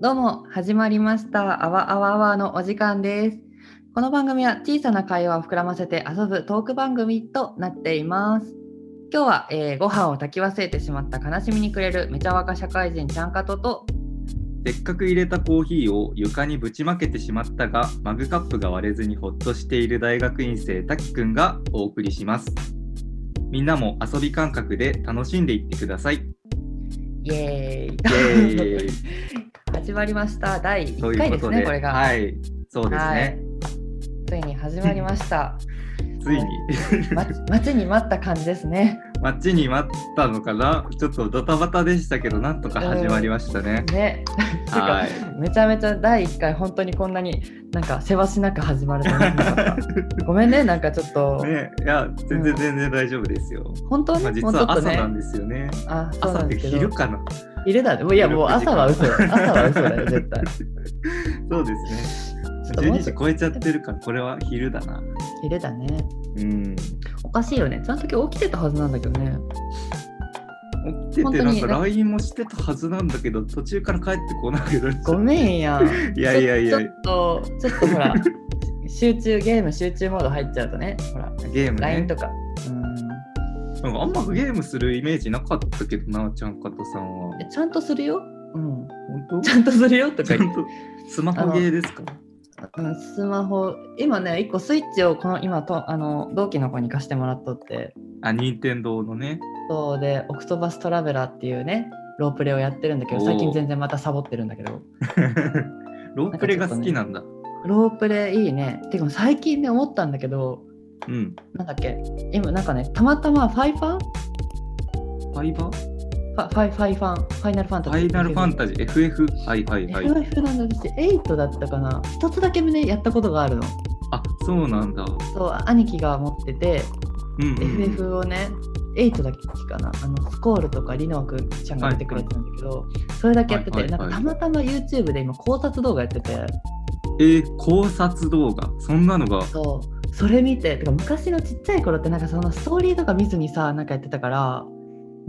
どうも始まりましたあわあわあわのお時間ですこの番組は小さな会話を膨らませて遊ぶトーク番組となっています今日は、えーご飯を炊き忘れてしまった悲しみにくれるめちゃ若社会人ちゃんかととせっかく入れたコーヒーを床にぶちまけてしまったがマグカップが割れずにほっとしている大学院生たきくんがお送りしますみんなも遊び感覚で楽しんでいってく ださいイイエーイエーイ 始まりました第と1い回うですことねでこれがはいそうですはねいついに始まりました、ついに待ち待ちに待った感じです ね待ちに待ったのかなちょっとドタバタでしたけどなんとか始まりましたね、ねてかはいめちゃめちゃ第1回本当にこんなになんかせわしなく始まると思ってなかった。ごめんねなんかちょっと、 ねいや全う然ん全然大丈夫ですよ、本当にまあ、実もうちょっはと朝ねなんですよねあそう朝なっんてですけ昼どかな昼だねもういやもう朝は 嘘夜の時間朝は嘘だよ絶対そうですねちょっともう12ちょ時っと超えちゃってるからこれは昼だな昼だねうん起おかしいよねその時起きてたはずなんだけどね本当にきててなんかなんか LINE もしてたはずなんだけど途中から帰ってこなくなっちゃごうめんやん いやいやいやちょちょっとちょっとほら 集中ゲーム集中モード入っちゃうとねほらゲーム LINE ねとかうんなんかあんまゲームするイメージなかったけどなちゃんかとさ んはえちゃんとするようん本ちゃんとするよと当かちゃ言っんてとスマホゲーですかうん、スマホ今ね1個スイッチをこの今とあの同期の子に貸してもらっとってあ任天堂 のねそうでオクトバストラベラーっていうねロープレをやってるんだけどおー最近全然またサボってるんだけどロープレが好きなんだロープレいいねてか最近ね思ったんだけどうんなんだっけ今なんかねたまたまファイファンフファイバァーファイファイファンファイナルファンタフジーァイナルファンタジー FF はいはいはい FF なんだ私8だったかな一つだけねやったことがあるのあそうなんだそう兄貴が持っててうんうんうん FF をね、8だっけかなあのスコールとかリノア君ちゃんが見てくれてたんだけど、それだけやってて、はいはいはいなんかたまたま YouTube で今考察動画やっててえー考察動画そんなのがそうそれ見ててか昔のちっちゃい頃ってなんかそのストーリーとか見ずにさなんかやってたから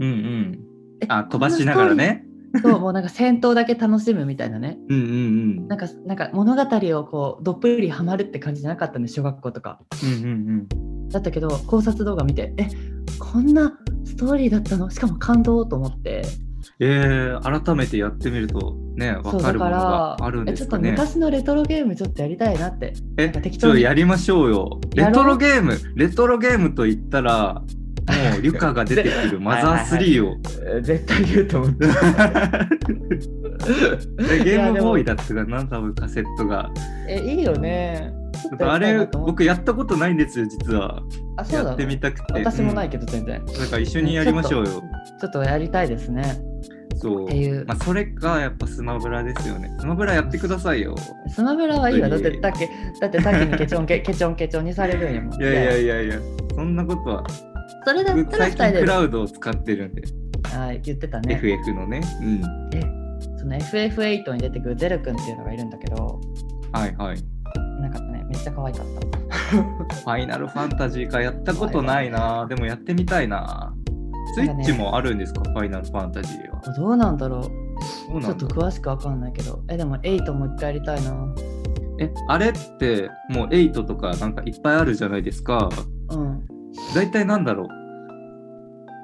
うんうんえあ飛ばしながらねそうもうなんか戦闘だけ楽しむみたいなね うんうんうんなんかなんか物語をこうどっぷりハマるって感じじゃなかったんで小学校とかうんうんだったけど考察動画見てえこんなストーリーだったのしかも感動と思ってうん、えー、改めてやってみるとねそ分うかだるかものらがあるんでえちょすっかとね。昔のレトロゲームちょっとやりたいなってえなんか適ち当ょっにとやりましょうよ。やろうレトロゲームレトロゲームと言ったらもうリュカが出 てくるマザー3を。絶対言うと思ってえゲームボーイだだったかな多分カセットが。 えいいよねちょっとやありたいれなと思って僕やったことないんですよ実は。あそうやだってみたくて。私もないけけど全然、ど。だから一緒にやりましょうよ。ちょっとやりたいですねそうって。いう、まあ、それがやっぱスマブラですよね。スマブラやってくださいよ。スマブラはいいわだっ本当てにだっけだってさっきにケチョンケ ケチョンケチョンにされるんやもんいやいやいやいや、そんなことは。それだった僕ら最二人近クでラウドを使ってるんで、はい言ってたね FF のね。うん。えその FF8 に出てくるゼル君っていうのがいるんだけどはいはい。フなんかねめっちゃ可愛かったァイナルファンタジーかやったことないな、でもやってみたいな。スイッチもあるんですか、ファイナルファンタジーは。あどうなんだろうそうちなょっんとだ。詳しくわかんないけど、え、でも8もう一回やりたいな。え、あれってもう8とかなんかいっぱいあるじゃないですか。うん。大体なんだろう。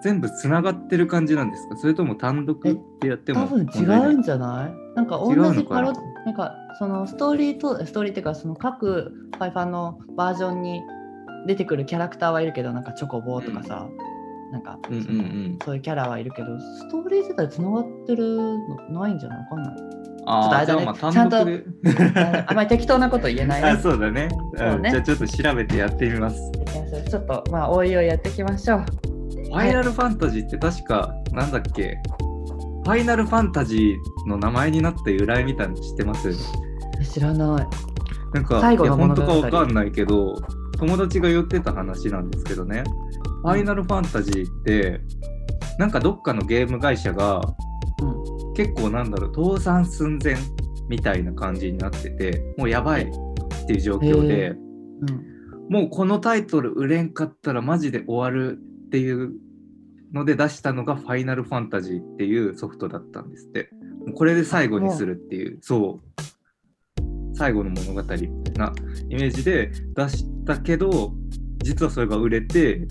全部つながってる感じなんですかそれとも単独ってやっても多分違問題ないうんじゃないなんか同違うじのパかロななんかそのストーリーと、ストーリーっていうか、その各ファイファンのバージョンに出てくるキャラクターはいるけど、なんかチョコボーとかさ、なんか、うんうんうん。そういうキャラはいるけど、ストーリー自体つながってるのないんじゃないわかんない。ああ、ちじょゃっあとあまあれだね単独で。 ああんまり適当なこと言えないあね。そうだね,、うん、そうねじゃあちょっと調べてやってみます。ちょっと、まあ、おいおいやっていきましょう。ファイナルファンタジーって確か、なんだっけファイナルファンタジーの名前になった由来みたいなの知ってます知らない。なんか、最後いやの本物語当かわかんないけど、友達が言ってた話なんですけどね、ファイナルファンタジーって、なんかどっかのゲーム会社がうん。結構なんだろう、倒産寸前みたいな感じになってて、もうやばいっていう状況へでー、うん。もうこのタイトル売れんかったらマジで終わるっていうので出したのが「ファイナルファンタジー」っていうソフトだったんですって。これで最後にするっていう、そう、最後の物語みたいなイメージで出したけど、実はそれが売れて、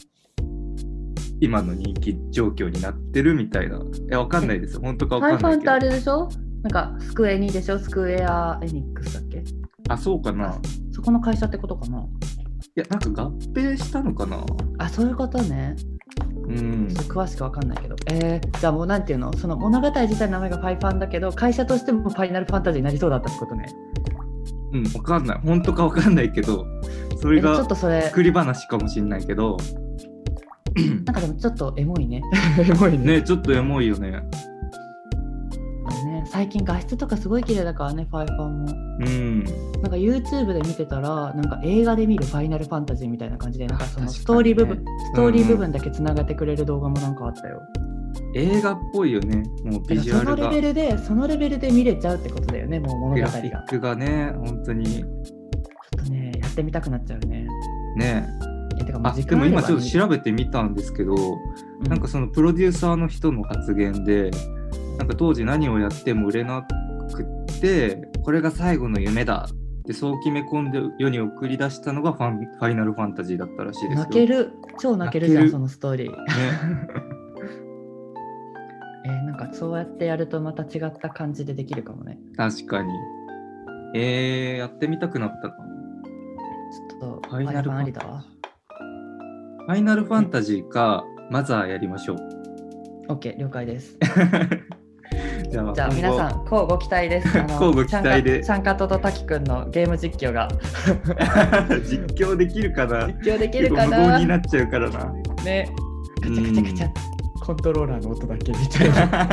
今の人気状況になってるみたいな。いや、わかんないですよ。本当かわサイかフんァンないっけてどあ。れでしょなんかスクエニでしょスクエアエニックスだっけあ、そうかな。そこの会社ってことかないや、なんか合併したのかな。あそういうことねうん。ちょっと詳しくわかんないけどえー、じゃあもうなんていうのその物語自体の名前がパイファンだけど会社としてもファイナルファンタジーになりそうだったってことねうん、わかんない。本当かわかんないけど、そえれちょがっとそれ作り話かもしんないけど、なんかでもちょっとエモ いねエモいね、ちょっとエモいよね。 ね最近画質とかすごい綺麗だからねファイファンもうん。なんか YouTube で見てたらなんか映画で見る「ファイナルファンタジー」みたいな感じでなんかそのあ確かにねストーリー部分、ストーリー部うんう分だけつながってくれる動画もなんかあったよ、映画っぽいよね。もうビジュアそのルレがベ。ルでそのレベルで見れちゃうってことだよねもう物グ語がちラフょィックがね、本当に。っとねやってみたくなっちゃうねね。えてかもあ、う時で間もあれば今ちょっと調べてみたんですけど、うんなんかそのプロデューサーの人の発言で、なんか当時何をやっても売れなくって、これが最後の夢だってそう決め込んで世に送り出したのがファンファイナルファンタジーだったらしいですよ。泣ける超泣けるじゃん泣けるそのストーリーね。えーなんかそうやってやるとまた違った感じでできるかもね 確かに。えー、やってみたくなったかな。ちょっとファイナルファイファンあファンりタだジーわ。ファイナルファンタジーか、マザーやりましょう。 OK 了解ですじゃあじゃあ皆さん。ん、こうご期待 です。あの乞うご期待でシャンカシャンカトとタキくんのゲーム実況が 実況できるかな実況できるか結構無な言になっちゃうからな。ね。カチャカチャカチャ。コントローラーの音だけみたい な。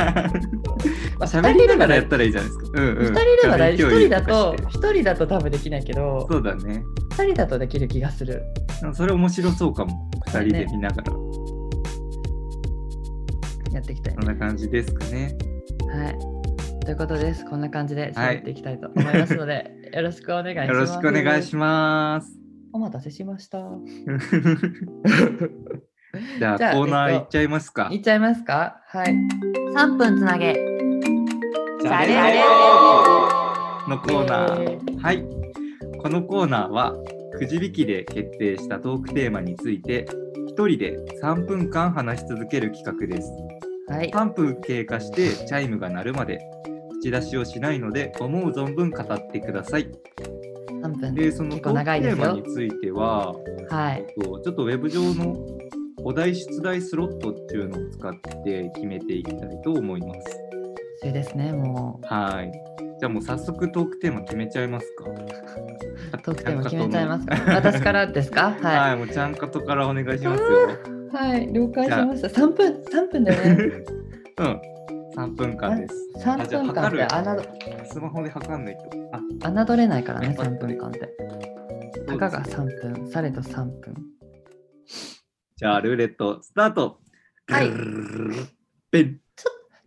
喋まありながらやったらいいじゃないですか。うんう二ん人いれば大丈夫。一人だと喋り共有かして一人だと多分できないけど、そうだね。二人だとできる気がする。でもそれ面白そうかも。二人で見ながら。やっていきたいそねん。な感じですかね。はい。ということです。こんな感じで喋っていきたいと思いますので、 よろしくお願いします。よろしくお願いします。お待たせしました。 じゃあじゃあコーナーえっいとっちゃいますかい。っちゃいますかはい。3分つなげ。チャレンジのコーナー。えーはい。このコーナーはくじ引きで決定したトークテーマについて一人で3分間話し続ける企画です。はい。 3分経過してチャイムが鳴るまで口出しをしないので思う存分語ってください。 3分。でその結構トー長いクでテーすよマに。ついては、はい。えっとちょっとウェブ上のお題出題スロットっていうのを使って決めていきたいと思います。そうですね、もはい。じゃあもう早速トークテーマ決めちゃいますか。う、トークテーマ決めちゃいますか。私からです か。はい、はもうちゃんかとからお願いしますよ。い。はい、了解しました。三分、三分だ よね。うん。三分間です。三あじゃあ分間って、あな測どる、スマホで測んないと。あ、侮れないからね、はい三分間って。そうですたかが三分、されど三分。じゃあルーレットスタート。はいぐるるるるる。ペン。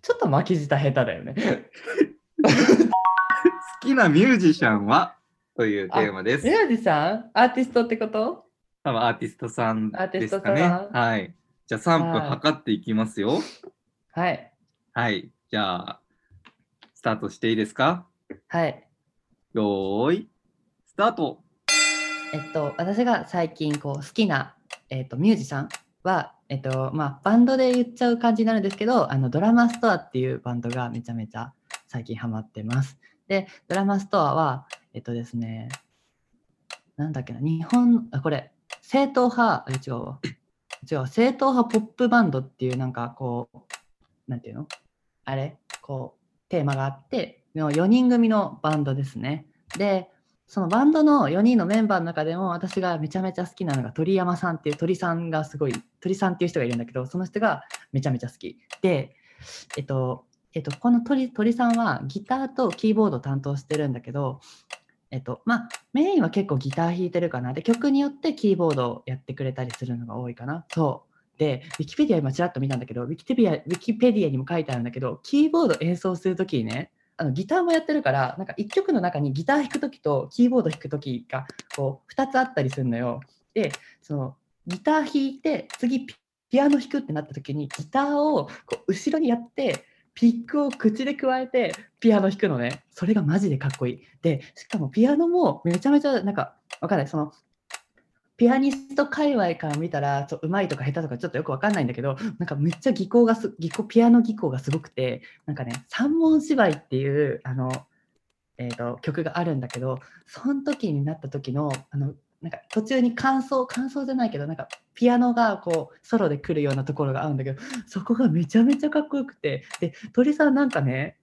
ちょっと巻き舌下手だよね。好きなミュージシャンはというテーマですミ。ュージシャン、アーティストってこと。多分アーティストさんアーテでィストすさかんね。はい。じゃあ三分はい測っていきますよ。はい。はい。じゃあスタートしていいですか。はい。よーい。スタート。えっと、私が最近こう好きな、えっと、ミュージシャンは。えっとまあ、バンドで言っちゃう感じになるんですけどあのドラマストアっていうバンドがめちゃめちゃ最近ハマってます。でドラマストアはえっとですねなんだっけな日本あこれ正統派あ違うわ違うわ正統派ポップバンドっていうなんかこうなんていうのあれこうテーマがあっての4人組のバンドですね。でそのバンドの4人のメンバーの中でも私がめちゃめちゃ好きなのが鳥山さんっていう鳥さんがすごい鳥さんっていう人がいるんだけどその人がめちゃめちゃ好きでえっとえっとこの鳥鳥さんはギターとキーボードを担当してるんだけどえっとまあメインは結構ギター弾いてるかなで曲によってキーボードをやってくれたりするのが多いかなそうでウィキペディア今ちらっと見たんだけどウィキペディアウィキペディアにも書いてあるんだけどキーボード演奏するときにねあのギターもやってるからなんか1曲の中にギター弾く時とキーボード弾く時がこう2つあったりするのよ。でそのギター弾いて次ピピアノ弾くってなった時にギターをこう後ろにやってピックを口で加えてピアノ弾くのねそれがマジでかっこいいでしかもピアノもめちゃめちゃなんかわかんないそのピアニスト界隈から見たらちょ上手いとか下手とかちょっとよくわかんないんだけどなんかめっちゃ技巧がす技巧ピアノ技巧がすごくてなんかね三文芝居っていうあの、えー、と曲があるんだけどその時になった時のあのなんか途中に感想感想じゃないけどなんかピアノがこうソロで来るようなところがあるんだけどそこがめちゃめちゃかっこよくてで鳥さんなんかね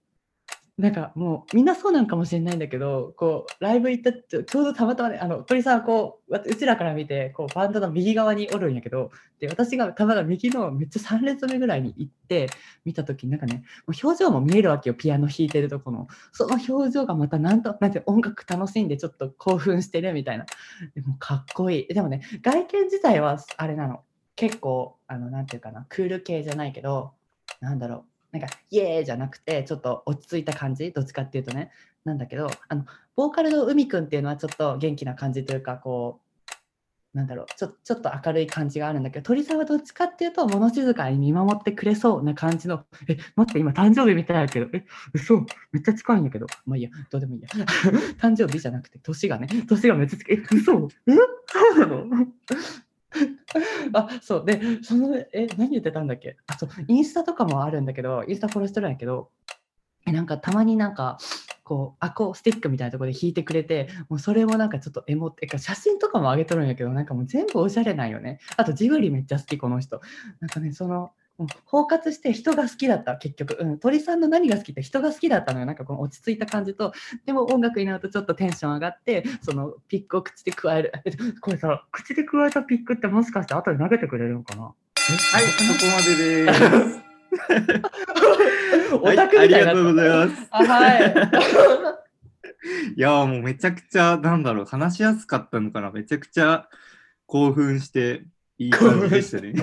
なんかもうみんなそうなんかもしれないんだけどこうライブ行ったちょちょうどたまたまねあの鳥さんはこうわうちらから見てこうバンドの右側におるんやけどで私がたまたま右のめっちゃ3列目ぐらいに行って見た時になんかねもう表情も見えるわけよピアノ弾いてるとこのその表情がまたなんとなんて音楽楽しんでちょっと興奮してるみたいなでもかっこいいでもね外見自体はあれなの結構あのなんていうかなクール系じゃないけどなんだろうなんかイエーイじゃなくてちょっと落ち着いた感じどっちかっていうとねなんだけどあのボーカルの海くんっていうのはちょっと元気な感じというかこうなんだろうちょちょっと明るい感じがあるんだけど鳥さんはどっちかっていうと物静かに見守ってくれそうな感じのえ待って今誕生日みたいだけどえ嘘めっちゃ近いんだけどまあいいやどうでもいいや 誕生日じゃなくて年がね年がめっちゃ近いえ嘘えそうなの あそうでそのえ何言ってたんだっけあそうインスタとかもあるんだけどインスタフォローしてるんやけどえなんかたまになんかこうアコースティックみたいなところで弾いてくれてもうそれもなんかちょっとエモってか写真とかも上げとるんやけどなんかもう全部おしゃれなんよねあとジブリめっちゃ好きこの人なんかねそのもう包括して人が好きだった結局、うん、鳥さんの何が好きって人が好きだったのよなんかこの落ち着いた感じとでも音楽になるとちょっとテンション上がってそのピックを口で加える これさ口で加えたピックってもしかして後で投げてくれるのかなはい、そこまで です。オタクみたいはいありがなとうございます。あはい。いやーもうめちゃくちゃなんだろう話しやすかったのかなめちゃくちゃ興奮していい感じでしたね。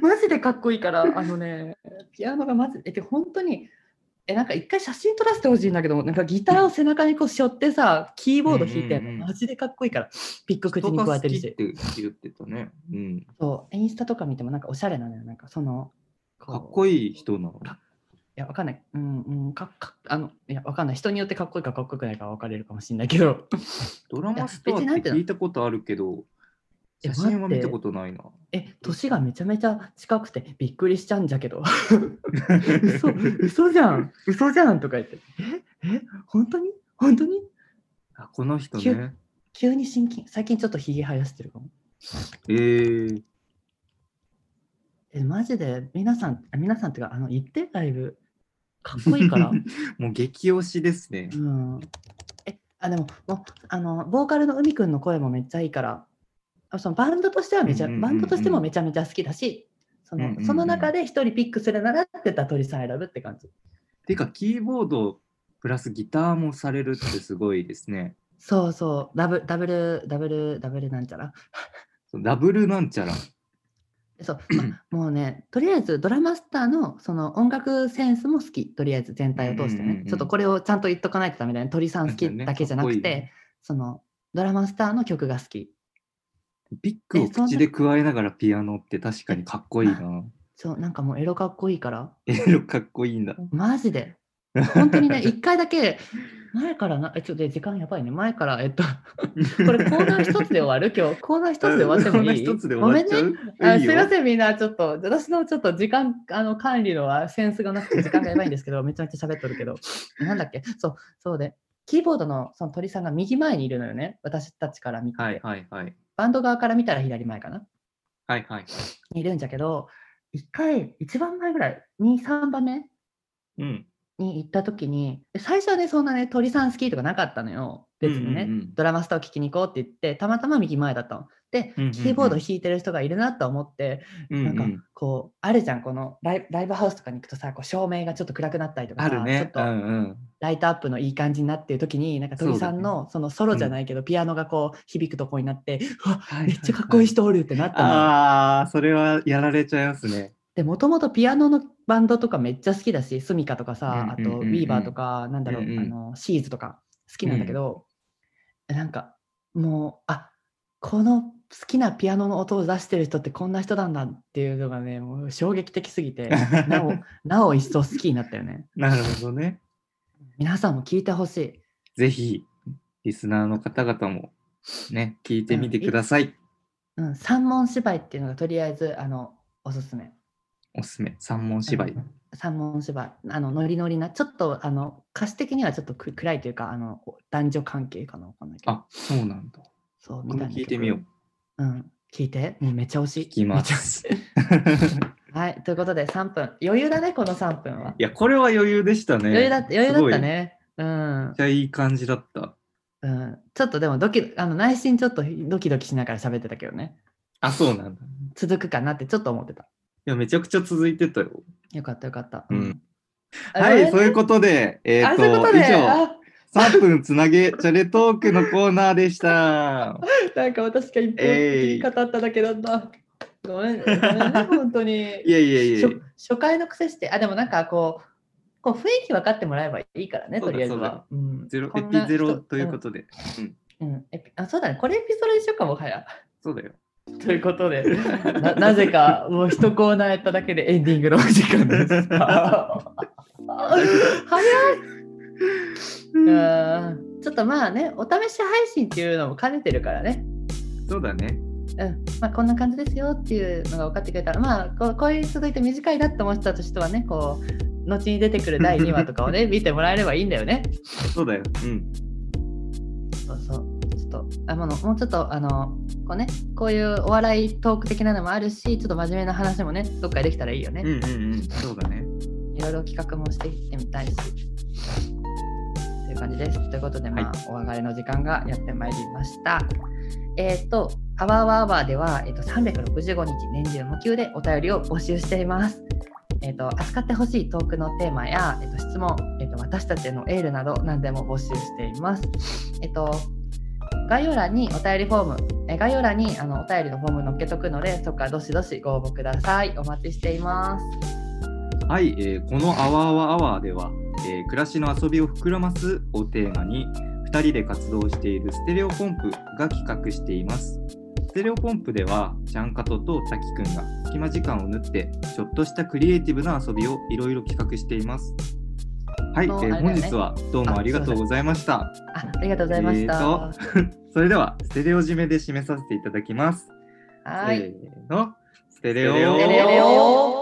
マジでかっこいいから、あのね、ピアノがまず、え、で、本当に。え、なんか一回写真撮らせてほしいんだけど、なんかギターを背中にこう背負ってさ、キーボード弾いてんのうんうんうんマジでかっこいいから、ピック 口人にが加え好てきるっし。て言ってたね。うん。そう、インスタとか見ても、なんかおしゃれなのよ、なんかその。こかうっこいい人なの。いや、わかんない。うん、うん、か、か、あの、いや、わかんない。人によってかっこいいかかっこよくないか分かれるかもしれないけど。ドラマストアいや別っになんてていうの聞いたことあるけど、いや 写真は待っ見てたことないな。え、年がめちゃめちゃ近くてびっくりしちゃうんじゃけど。 嘘嘘じゃん嘘じゃんとか言ってええ本当に本当にあこの人キねュ。急に心筋最近ちょっとひげ生やしてるかもえー、えマジで皆さんあ皆さんっていうかあの言ってだいぶかっこいいから もう激推しですねう。んえあでももうあのボーカルの海くんの声もめっちゃいいからあそのバンドとしてはめちゃ、うんうんうんうバんンドとしてもめちゃめちゃ好きだしその,、うんうんうんその中で一人ピックするならって言ったら鳥さん選ぶって感じてかキーボードプラスギターもされるってすごいですね。そうそうダブダブルダブルダブルなんちゃらそうダブルなんちゃら。そう、まあ、もうね、とりあえずドラマスターのその音楽センスも好き、とりあえず全体を通してね、うんうんうんうんちょっとこれをちゃんと言っとかないとダメだね、鳥さん好きだけじゃなくそうだて、ねそのドラマスターの曲が好き。ピックをえそんな口で加えながらピアノって確かにかっこいいな。 そう、なんかもうエロかっこいいから、エロかっこいいんだ。マジで。本当に ね、一回だけ、前からな、えちょっとで時間やばいね、前から、えっと、これコーナー一つで終わる今日、コーナー一つで終わってもいいこんな一つで終わっちゃごめんねうあすいいよません、みんな、ちょっと、私のちょっと時間あの管理のはセンスがなくて、時間がやばいんです けど、めちゃめちゃ喋っとるけど、なんだっけ、そう、そうで、キーボードのその鳥さんが右前にいるのよね、私たちから見て、はいはいはい。バンド側から見たら左前かな、はいはい。にいるんじゃけど、一回、一番前ぐらい、2、3番目うん。に行った時に、で最初はね、そんなね、鳥さん好きとかなかったのよ、別にね。うんうんうんドラマスターを聴きに行こうって言って、たまたま右前だったの。で、うんうんうんキーボード弾いてる人がいるなと思って、うんうなんんかこうあるじゃんこのライライブハウスとかに行くとさこう照明がちょっと暗くなったりとかあさるちょねっ。うとんうん。ライトアップのいい感じになってる時になんか鳥さんのそのソロじゃないけどピアノがこう響くとこになって、うわはいはいはいめっちゃかっこいい人おるってなったのよ。ああ、それはやられちゃいますね。でもともとピアノのバンドとかめっちゃ好きだしスミカとかさあうんうんうんとうウんィーバーとかなんだろう、うんうんあのシーズとか好きなんだけど、なんかもうあこの好きなピアノの音を出してる人ってこんな人なんだっていうのがねもう衝撃的すぎ てなおなお一層好きになったよねなるほどね。皆さんも聞いてほしいぜひ、リスナーの方々もね、聞いてみてください。うん、三文芝居っていうのがとりあえずあのおすすめ。おすすめ、三文芝居。うん。三文芝居。あのノリノリな、ちょっとあの歌詞的にはちょっとく暗いというか、あの男女関係かなわかんないけど。あ、そうなんだ。そう僕も聞いてみよう。。みたいな曲うん、聞いて。もうめっちゃ惜しい。聞きますめっちゃ惜しい。はい、ということで3分。余裕だね、この3分は。いや、これは余裕でしたね。余裕だ余裕だったすね。うんごい。めっちゃいい感じだった。うん、ちょっとでもドキあの内心ちょっとドキドキしながら喋ってたけどねあ、そうなんだ。い続くかなってちょっと思ってたや、めちゃくちゃ続いてたよ。よかったよかった、うんあはい、ごそめうんねいうことで、えっ、あと、そういうこと以で上、あ3分つなげチャレトークのコーナーで した。なんか私が一方的に語っただけだった。ごめん、ごめん ね、本当に。いやいやいや初初回の癖して、あ、でもなんかこう、こう雰囲気分かってもらえばいいからね、そうとりだあえずそうはだ。うんゼロこエんなピゼロ人ということで、うんうんエピあそうだね、これエピソードにしようか、もは や。そうだよ。ということで、ななぜかもう一コーナーやっただけでエンディングのお時間 です。早いうんちょっとまあね、お試し配信っていうのも兼ねてるからね。そうだね。うんまあ、こんな感じですよっていうのが分かってくれたら、まあ、こうこういう続いて短いなって思った人はねこう後に出てくる第2話とかをね見てもらえればいいんだよね。そうだよ。うん。そうそうちょっとあものもうちょっとあのこうねこういうお笑いトーク的なのもあるしちょっと真面目な話もねどっかできたらいいようんね。うんうん。そうだね。いろいろ企画もしていってみたいし。という感じです。ということで、まあ、お別れの時間がやってまいりました。えっ、と、アワーワーワーでは、えっ、と、365日年中無休でお便りを募集しています。えっ、と、扱ってほしいトークのテーマや、えっ、と、質問、えっ、と、私たちへのエールなど、何でも募集しています。えっ、と、概要欄にお便りフォーム、え概要欄にあのお便りのフォーム載っけとくので、そこからどしどしご応募ください。お待ちしています。はい、えーこの「アワーワーアワー」では、えー暮らしの遊びを膨らます」をテーマに2人で活動しているステレオポンプが企画していますステレオポンプではちゃんかととたきくんが隙間時間を縫ってちょっとしたクリエイティブな遊びをいろいろ企画していますはい、えもうーあれだよ本ね日はどうもありがとうございましたあありがとうございました。えーとそれではステレオ締めで締めさせていただきますはい。せーのステレステレオテレオ